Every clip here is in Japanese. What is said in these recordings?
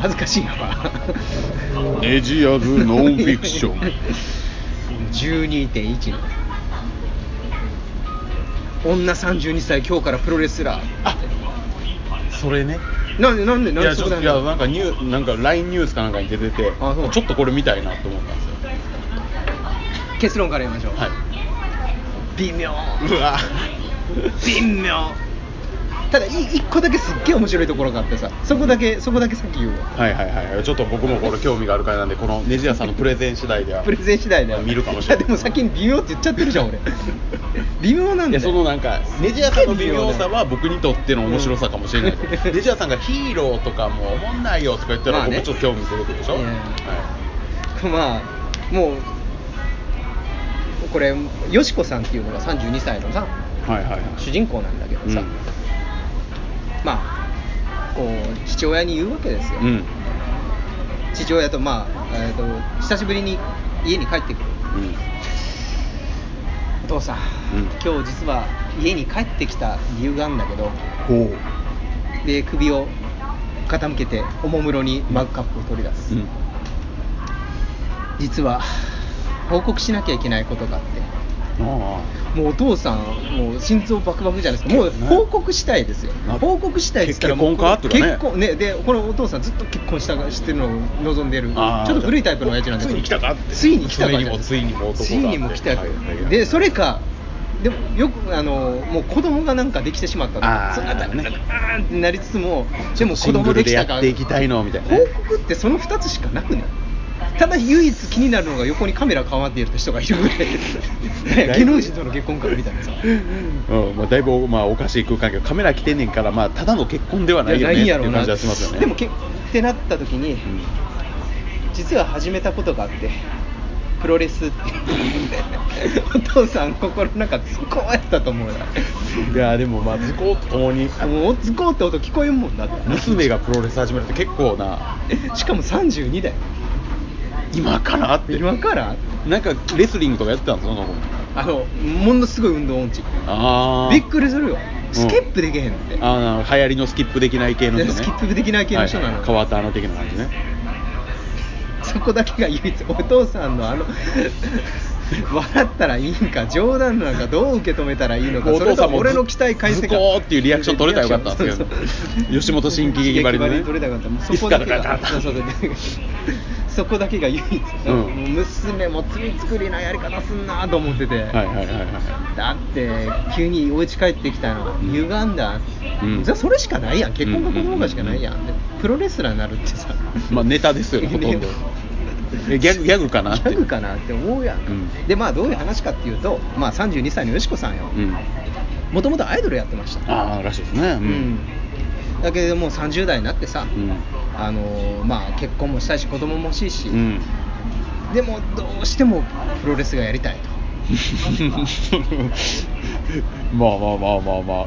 恥ずかしいなネジアズノンフィクション12.1女32歳今日からプロレスラー それねなんでなんでなんいでやちそょこだっといやなんかニューなんか LINE ニュースかなんかに出ててあそうちょっとこれ見たいなと思ったんですよ結論から言いましょう、はい微妙うわ微妙ただい一個だけすっげえ面白いところがあってさそこだけそこだけさっき言うわはいはいはいちょっと僕もこれ興味があるからなんでこのネジ屋さんのプレゼン次第ではプレゼン次第だよ見るかもしれないやでも先に微妙って言っちゃってるじゃん 俺微妙なんだいやよそのなんかネジ屋さんの微妙さは僕にとっての面白 さかもしれないけど、うんネジ屋さんがヒーローとかもうおもんないよとか言ったまらあね僕ちょっと興味出てくるでしょ、いやいやまあもうこれよしこさんっていうのが32歳のさはい、はいはいはい主人公なんだけどさ、まあこう父親に言うわけですよ、うん、うん父親とまあ、えー、と久しぶりに家に帰ってくるうんお父さん、うん今日実は家に帰ってきた理由があるんだけどほうで首を傾けておもむろにマグカップを取り出す、うん実は報告しなきゃいけないことがあってあもうお父さんもう心臓バクバクじゃないですかもうね報告したいですよな報告したいって言ったら結婚かもうとかね結婚ねでこのお父さんずっと結婚したがしてるのを望んでるちあーょっと古いタイプの親父なんでついに来たかってついに来たかじゃないついにも男がついにも来たかはいはいでそれかでもよくあのもう子供がなんかできてしまったとあーそんなだねあーってなりつつもでもシ子ン供グルでできやたっかていきたいのみたいなね報告ってその2つしかなくねただ唯一気になるのが横にカメラ構っている人がいるぐ らいね芸能人との結婚かみたいなさうんまあ、だいぶ、まあ、おかしい空間やけどカメラ来てんねんから、まあ、ただの結婚ではないよねっていう感じがしますよねでもけってなった時に、実は始めたことがあってプロレスって お父さん心の中ずこうやったと思うようんいやでもまあ図工とともにもうずこうって音聞こえんもんだって娘がプロレス始めるって結構な しかも32だよ今からって今からなんかレスリングとかやってたんですかあのものすごい運動音痴ああびっくりするよスキップできへんって、あーなるほど流行りのスキップできない系の人ねスキップできない系の人なのはいはい川田の的な感じねそこだけが唯一お父さんのあの 笑ったらいいんか冗談なんかどう受け止めたらいいのかおそれ父とさんもも俺の期待返せズコーっていうリアクション取れたらよかったんですけどそうそう吉本新喜劇ばりのね新喜劇ばり取れたかったもうそこだけいつかだがからそうそうそうそこだけが唯一、うんもう娘も罪作りなやり方すんなと思ってて、はいはいはいはだって急にお家帰ってきたの歪んだ、うんじゃあそれしかないやん結婚が子供がしかないやん、うんでプロレスラーになるってさいまあネタです よねほとんどえギャグギャグかなってギャグかなって思うやんか、うんでまあどういう話かっていうと、まあ、32歳のよしこさんようんもともとアイドルやってましたああらしいですねうん、だけどもう30代になってさ、うんあのーまあ、結婚もしたいし子供も欲しいし、うん、 うんでもどうしてもプロレスがやりたいとまあまあまあまあまあ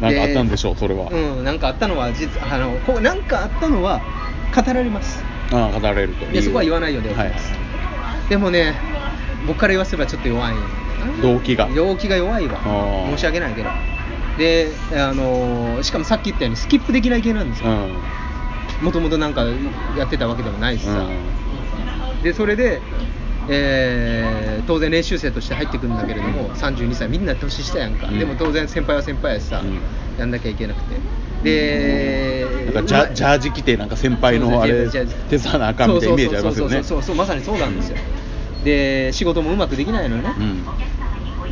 なんかあったんでしょうそれは、うんなんかあったのは実あのこうなんかあったのは語られますああ語られると理で由そこは言わないようにおきます、でもね僕から言わせればちょっと弱い動機が動機が弱いわあー申し訳ないけどであのーしかもさっき言ったようにスキップできない系なんですよはい、うんもともとなんかやってたわけでもないしさ、うでそれで、えー当然練習生として入ってくるんだけれども、32歳みんな年下やんか、うんでも当然先輩は先輩やしさ、うんやんなきゃいけなくてで、んなんかジャジャージ着てなんか先輩のあれそうそうジャージ手伝わなあかんみたいなイメージありますよねそうそうそうそうそうそうまさにそうなんですよで仕事もうまくできないのよね、うん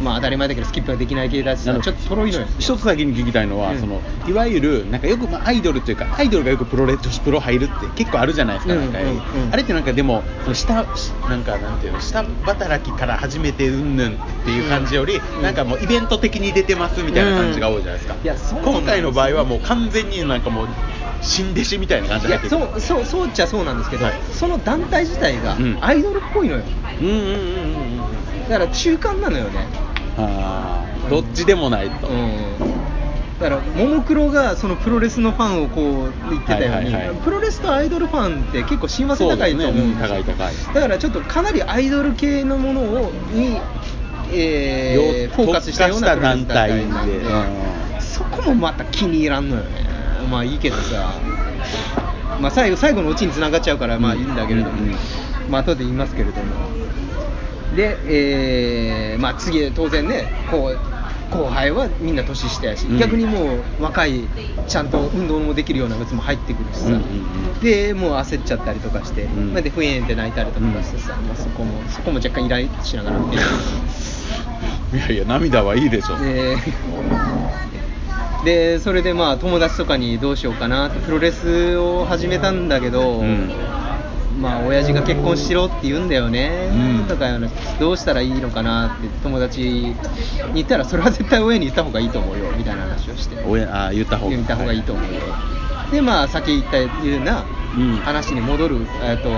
まあ当たり前だけどスキップができない系だしさなのちょっととろいのよ一つ先に聞きたいのは、うんそのいわゆるなんかよくまあアイドルというかアイドルがよくプロレ女子プロ入るって結構あるじゃないですか、うんなんか、うんうんあれってなんかでもその下なんかなんていうの下働きから始めてうんぬんっていう感じより、うんなんかもうイベント的に出てますみたいな感じが多いじゃないですか、うんいやそうなんですよ今回の場合はもう完全になんかもう新弟子みたいな感じいでや入ってくるそうそうそうっちゃそうなんですけど、はいその団体自体がうんアイドルっぽいのよ、うんうんうんうんうんだから中間なのよねあーどっちでもないと、うん、だからももクロがそのプロレスのファンをこう言ってたように、はいはいはいプロレスとアイドルファンって結構親和性高いと思うんですよそうですねうん高い高いだからちょっとかなりアイドル系のものをに、えーよフォーカスしたような特化したプロレス団体なん団体でうそこもまた気に入らんのよねまあいいけどさまあ、最後最後のうちにつながっちゃうからまあいいんだけれども、うんうんまあ後で言いますけれどもで、えーまあ、次当然ねこう後輩はみんな年下やし、うん逆にもう若いちゃんと運動もできるようなやつも入ってくるしさ、うんうんうんでもう焦っちゃったりとかして、うんまあで不縁って泣いたりとかしてさ、もうそこもそこも若干イライラしながら見てる。いやいや涙はいいでしょ、ででそれでまあ友達とかにどうしようかなってプロレスを始めたんだけど、うんまあ親父が結婚しろって言うんだよね、うんとかいうのどうしたらいいのかなって友達に言ったらそれは絶対親に言った方がいいと思うよみたいな話をして親あ言った方が言った方がいいと思うよ、でまあ先言ったようなうん話に戻る、えっと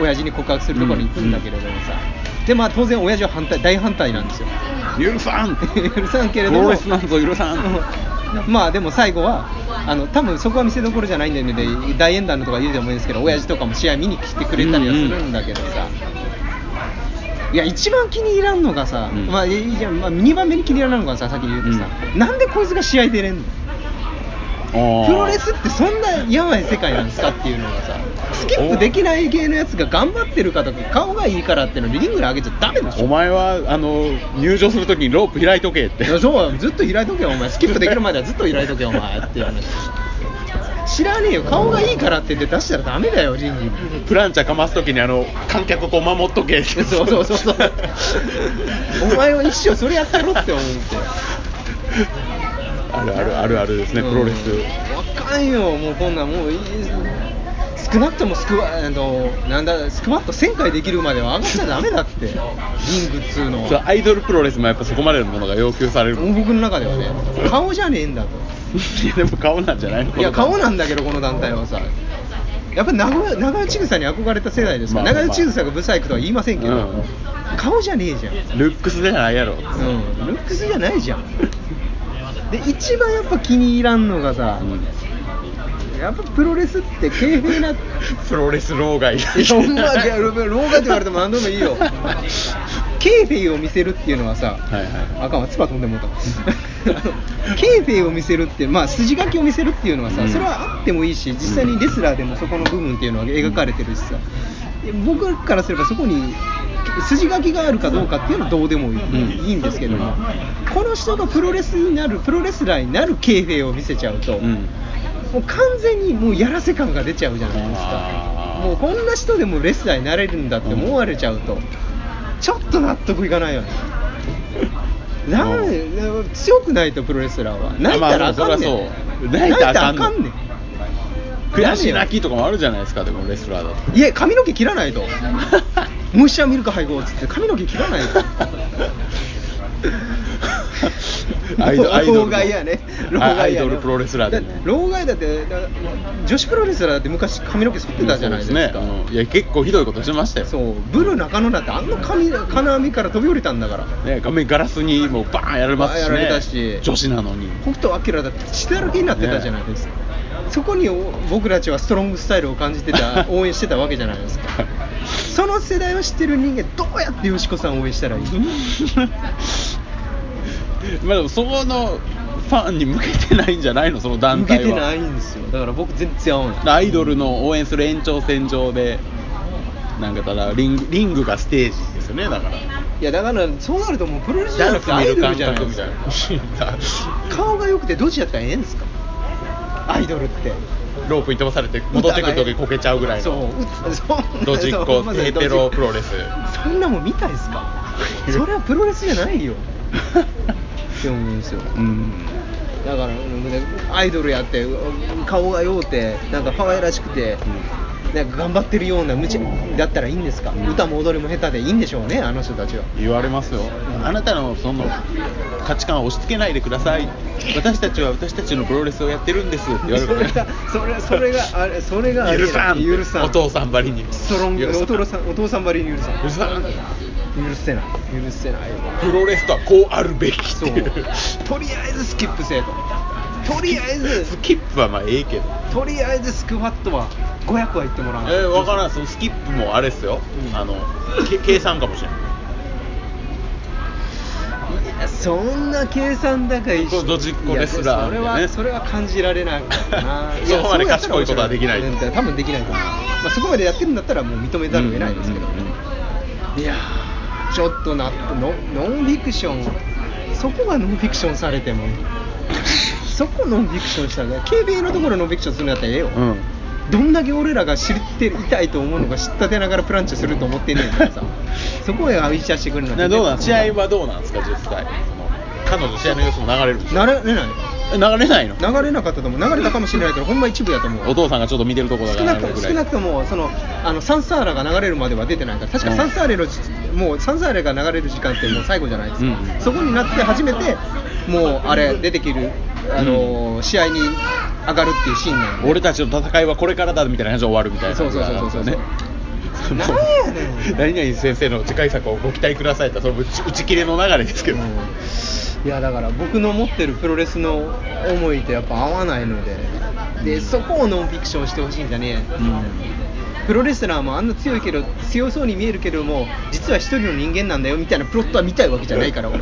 親父に告白するところに行くんだけれどもさ、でまあ当然親父は反対大反対なんですよ許さん許さんけれどもプロレスなんぞ許 さんうんまあでも最後はあの多分そこは見せどころじゃないんだよね大演壇のとか言うでもいいんですけど親父とかも試合見に来てくれたりはするんだけどさ、いや一番気に入らんのがさ、うんまあいいじゃん、まあ、2番目に気に入らんのがささっき言うとさ、なんでこいつが試合出れんのププロレスってそんなやばい世界なんですかっていうのがさスキップできない系のやつが頑張ってるかとか顔がいいからってのにリングに上げちゃダメでしょお前はあの入場するときにロープ開いとけっていやそうずっと開いとけよお前スキップできるまではずっと開いとけよお前っていう話知らねえよ顔がいいからって言って出したらダメだよリングに プランチャーかますときにあの観客をこう守っとけってそうそうそうそう お前は一生それやってろって思ってあるあるあるあるですね、プロレスうんわかんよもうこんなんもういい少なくともスクワあのなんだスクワット1000回できるまでは上がっちゃダメだってリングっつうのそうはアイドルプロレスもやっぱそこまでのものが要求されるもう僕の中ではね顔じゃねえんだといやでも顔なんじゃないのいや顔なんだだけどこの団体はさやっぱり長与長与千草に憧れた世代ですから、まあまあ長与千草がブサイクとは言いませんけど、うん顔じゃねえじゃん、ルックスじゃないやろうん、ルックスじゃないじゃんで一番やっぱ気に入らんのがさ、やっぱプロレスって軽蔑ない プロレス老害やほんま いや老老化って言われても何でもいい よケーフェイを見せるっていうのはさ、はいはあかんわ、唾飛んでもうた。あのケーフェを見せるって、まあ、筋書きを見せるっていうのはさ、うんそれはあってもいいし、実際にレスラーでもそこの部分っていうのは描かれてるしさ、僕からすればそこに筋書きがあるかどうかっていうのはどうでもいい,、うんいいんですけども、うんこの人がプロレスになる、プロレスラーになるケーフェを見せちゃうと、い、うん、もう完全にもうやらせ感が出ちゃうじゃないですかあ、ーもうこんな人でもレスラーになれるんだって思われちゃうと、ちょっと納得いかないよね。 なん強くないとプロレスラーは、泣いたらあかんねん、まあまあそりゃそう泣いたらあかんね泣いんね悔し泣きとかもあるじゃないですかでもレスラーだとんいや、髪の毛切らないと、むしゃミルク配合っつって、髪の毛切らないと。アイドアイドル 老害やね老害やねアイドルプロレスラーでねだ老害だってだ女子プロレスラーだって昔髪の毛剃ってたじゃないですか、そうねうんいや結構ひどいことしましたよそうブル中野だってあんな髪金網から飛び降りたんだからね、画面ガラスにもうバーンやられますし,、ね、やられたし女子なのに 北斗晶だって血だらけになってたじゃないですか、そこにお僕たちはストロングスタイルを感じてた応援してたわけじゃないですかその世代を知ってる人間どうやってよしこさんを応援したらいいまあでもそこのファンに向けてないんじゃないのその団向け体はてないんですよだから僕全然合わないアイドルの応援する延長線上でなんかただリングリングがステージですよねだからいやだからそうなるともうプロレスじゃダなンくスて見アイるドル感じゃないで覚みすたいかな顔が良くてどっちやったらええんですかアイドルってロープに飛ばされて戻ってくる時こけちゃうぐらいそのううそんなドジっそ子うまさにヘドジペっ子ロプロレスそんなもん見たいですかそれはプロレスじゃないよって思うんですようんだからねアイドルやって顔がようてなんか可愛らしくて、なんか頑張ってるような無茶だったらいいんですか、ん歌も踊りも下手でいいんでしょうねあの人たちは言われますよあなたのその価値観を押し付けないでください私たちは私たちのプロレスをやってるんですって言われそるれかがらそれそれがあれそれがあれ許さん許さんお父さんばりにストロング許さんお父さんお父さんばりに許さん許さん許せない許せないよプロレスとはこうあるべきってそういうとりあえずスキップせえととりあえずスキップはまあええけどとりあえずスクワットは500は行ってもらわないえー、分からんそのスキップもあれですよ、うんあのけ計算かもしれないやそんな計算高いこうドジっ子レスラいやーそれは、ねそれは感じられなかったないや そこまで賢いことはできないそうやったら面白いうん多分できないと思う、まあ、そこまでやってるんだったらもう認めざるを得ないですけど、うんうんいやーちょっとなノノンフィクションそこがノンフィクションされて もそこノンフィクションしたら KBA のところノンフィクションするんだったらええよ、うんどんだけ俺らが知っていたいと思うのか知ったてながらプランチすると思ってんねん からさそこへ愛車してくれななどうなん試合ははどうなんですか実際その彼女の試合の様子も流れるでしょなれれないえ流れないの流れなかったと思う流れたかもしれないけどほんま一部やと思うお父さんがちょっと見てるところ少がな流れるくぐ少らないくともそのあのサンサーラが流れるまでは出てないから確かうんサンサーレの、もうサンサーレが流れる時間ってもう最後じゃないですか、うんそこになって初めてもうあれ出てきる、あのー試合に上がるっていうシーンなんで俺たちの戦いはこれからだみたいな話で終わるみたいなそうそうそうそうそうねなんやねん何々先生の次回作をご期待くださいってその打ち打ち切れの流れですけど、うんいやだから僕の持ってるプロレスの思いとやっぱ合わないのででそこをノンフィクションしてほしいんじゃねえ、プロレスラーもあんな強いけど強そうに見えるけども実は一人の人間なんだよみたいなプロットは見たいわけじゃないから俺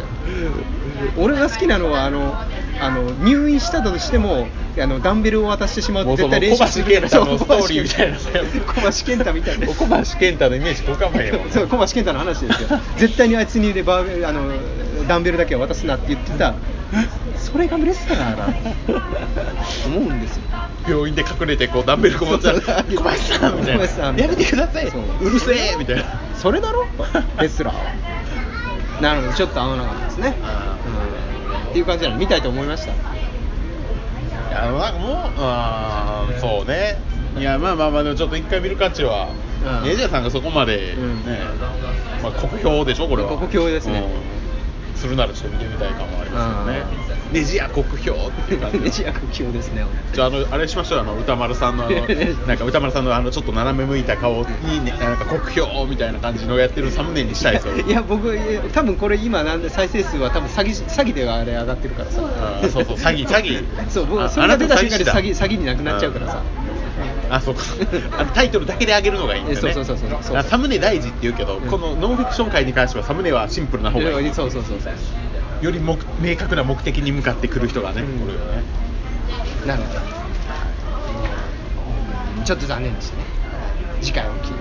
俺が好きなのはあのあの入院したとしてもあのダンベルを渡してしまうもとうそ絶対練の習する小橋健太のストーリーみたいな小橋健太みたいな 小橋健太のイメージこかまへんもんそう小橋健太の話ですよ絶対にあいつにでバーベあのダンベルだけは渡すなって言ってたそれがレスラーだな思うんですよ病院で隠れてこうダンベルこもったら小橋さんみたい小橋さんみたいななやめてくださいそううるせえみたいなそれだ ろレスラーはなのでちょっと合わなかったですね、うんっていう感じなの見たいと思いました いやまあもうあーそうねいやまあまあまあでもちょっと一回見る価値は、うんエジャーさんがそこまで、ねうんまあ、酷評でしょこれは酷評ですねうんするならちょっと見てみたい感もありますよねネジや酷評っていう感じネジ役級ですねじゃああのあれしましょうあの歌丸さんのあ のなんか歌丸さんのあのちょっと斜め向いた顔に、ね、なんか酷評みたいな感じのやってるサムネにしたいですよ いや僕いや多分これ今なんで再生数は多分詐欺詐欺ではあれ上がってるからさあーそうそう 詐欺詐欺そう僕あそれが出た瞬間あなにた詐詐欺欺師だ詐欺になくなっちゃうからさあそうかあのタイトルだけで上げるのがいいんですよねえそうそうそうそうそうあサムネ大事って言うけど、うんこのノンフィクション界に関してはサムネはシンプルな方がいいそうそうそうそうよりも明確な目的に向かってくる人がね、うんこれがねなのでちょっと残念でしたね次回を機に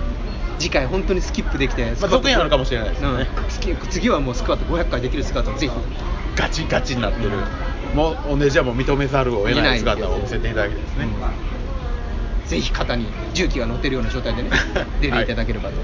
次回本当にスキップできて、まあ、続編あるかもしれないですよね、うんスキ次はもうスクワット500回できるスクワットをぜひガチガチになってる、もうおねじはもう認めざるを得ない姿を見せていただきたいですね、 ぜひ肩に重機が乗ってるような状態でね出ていただければと、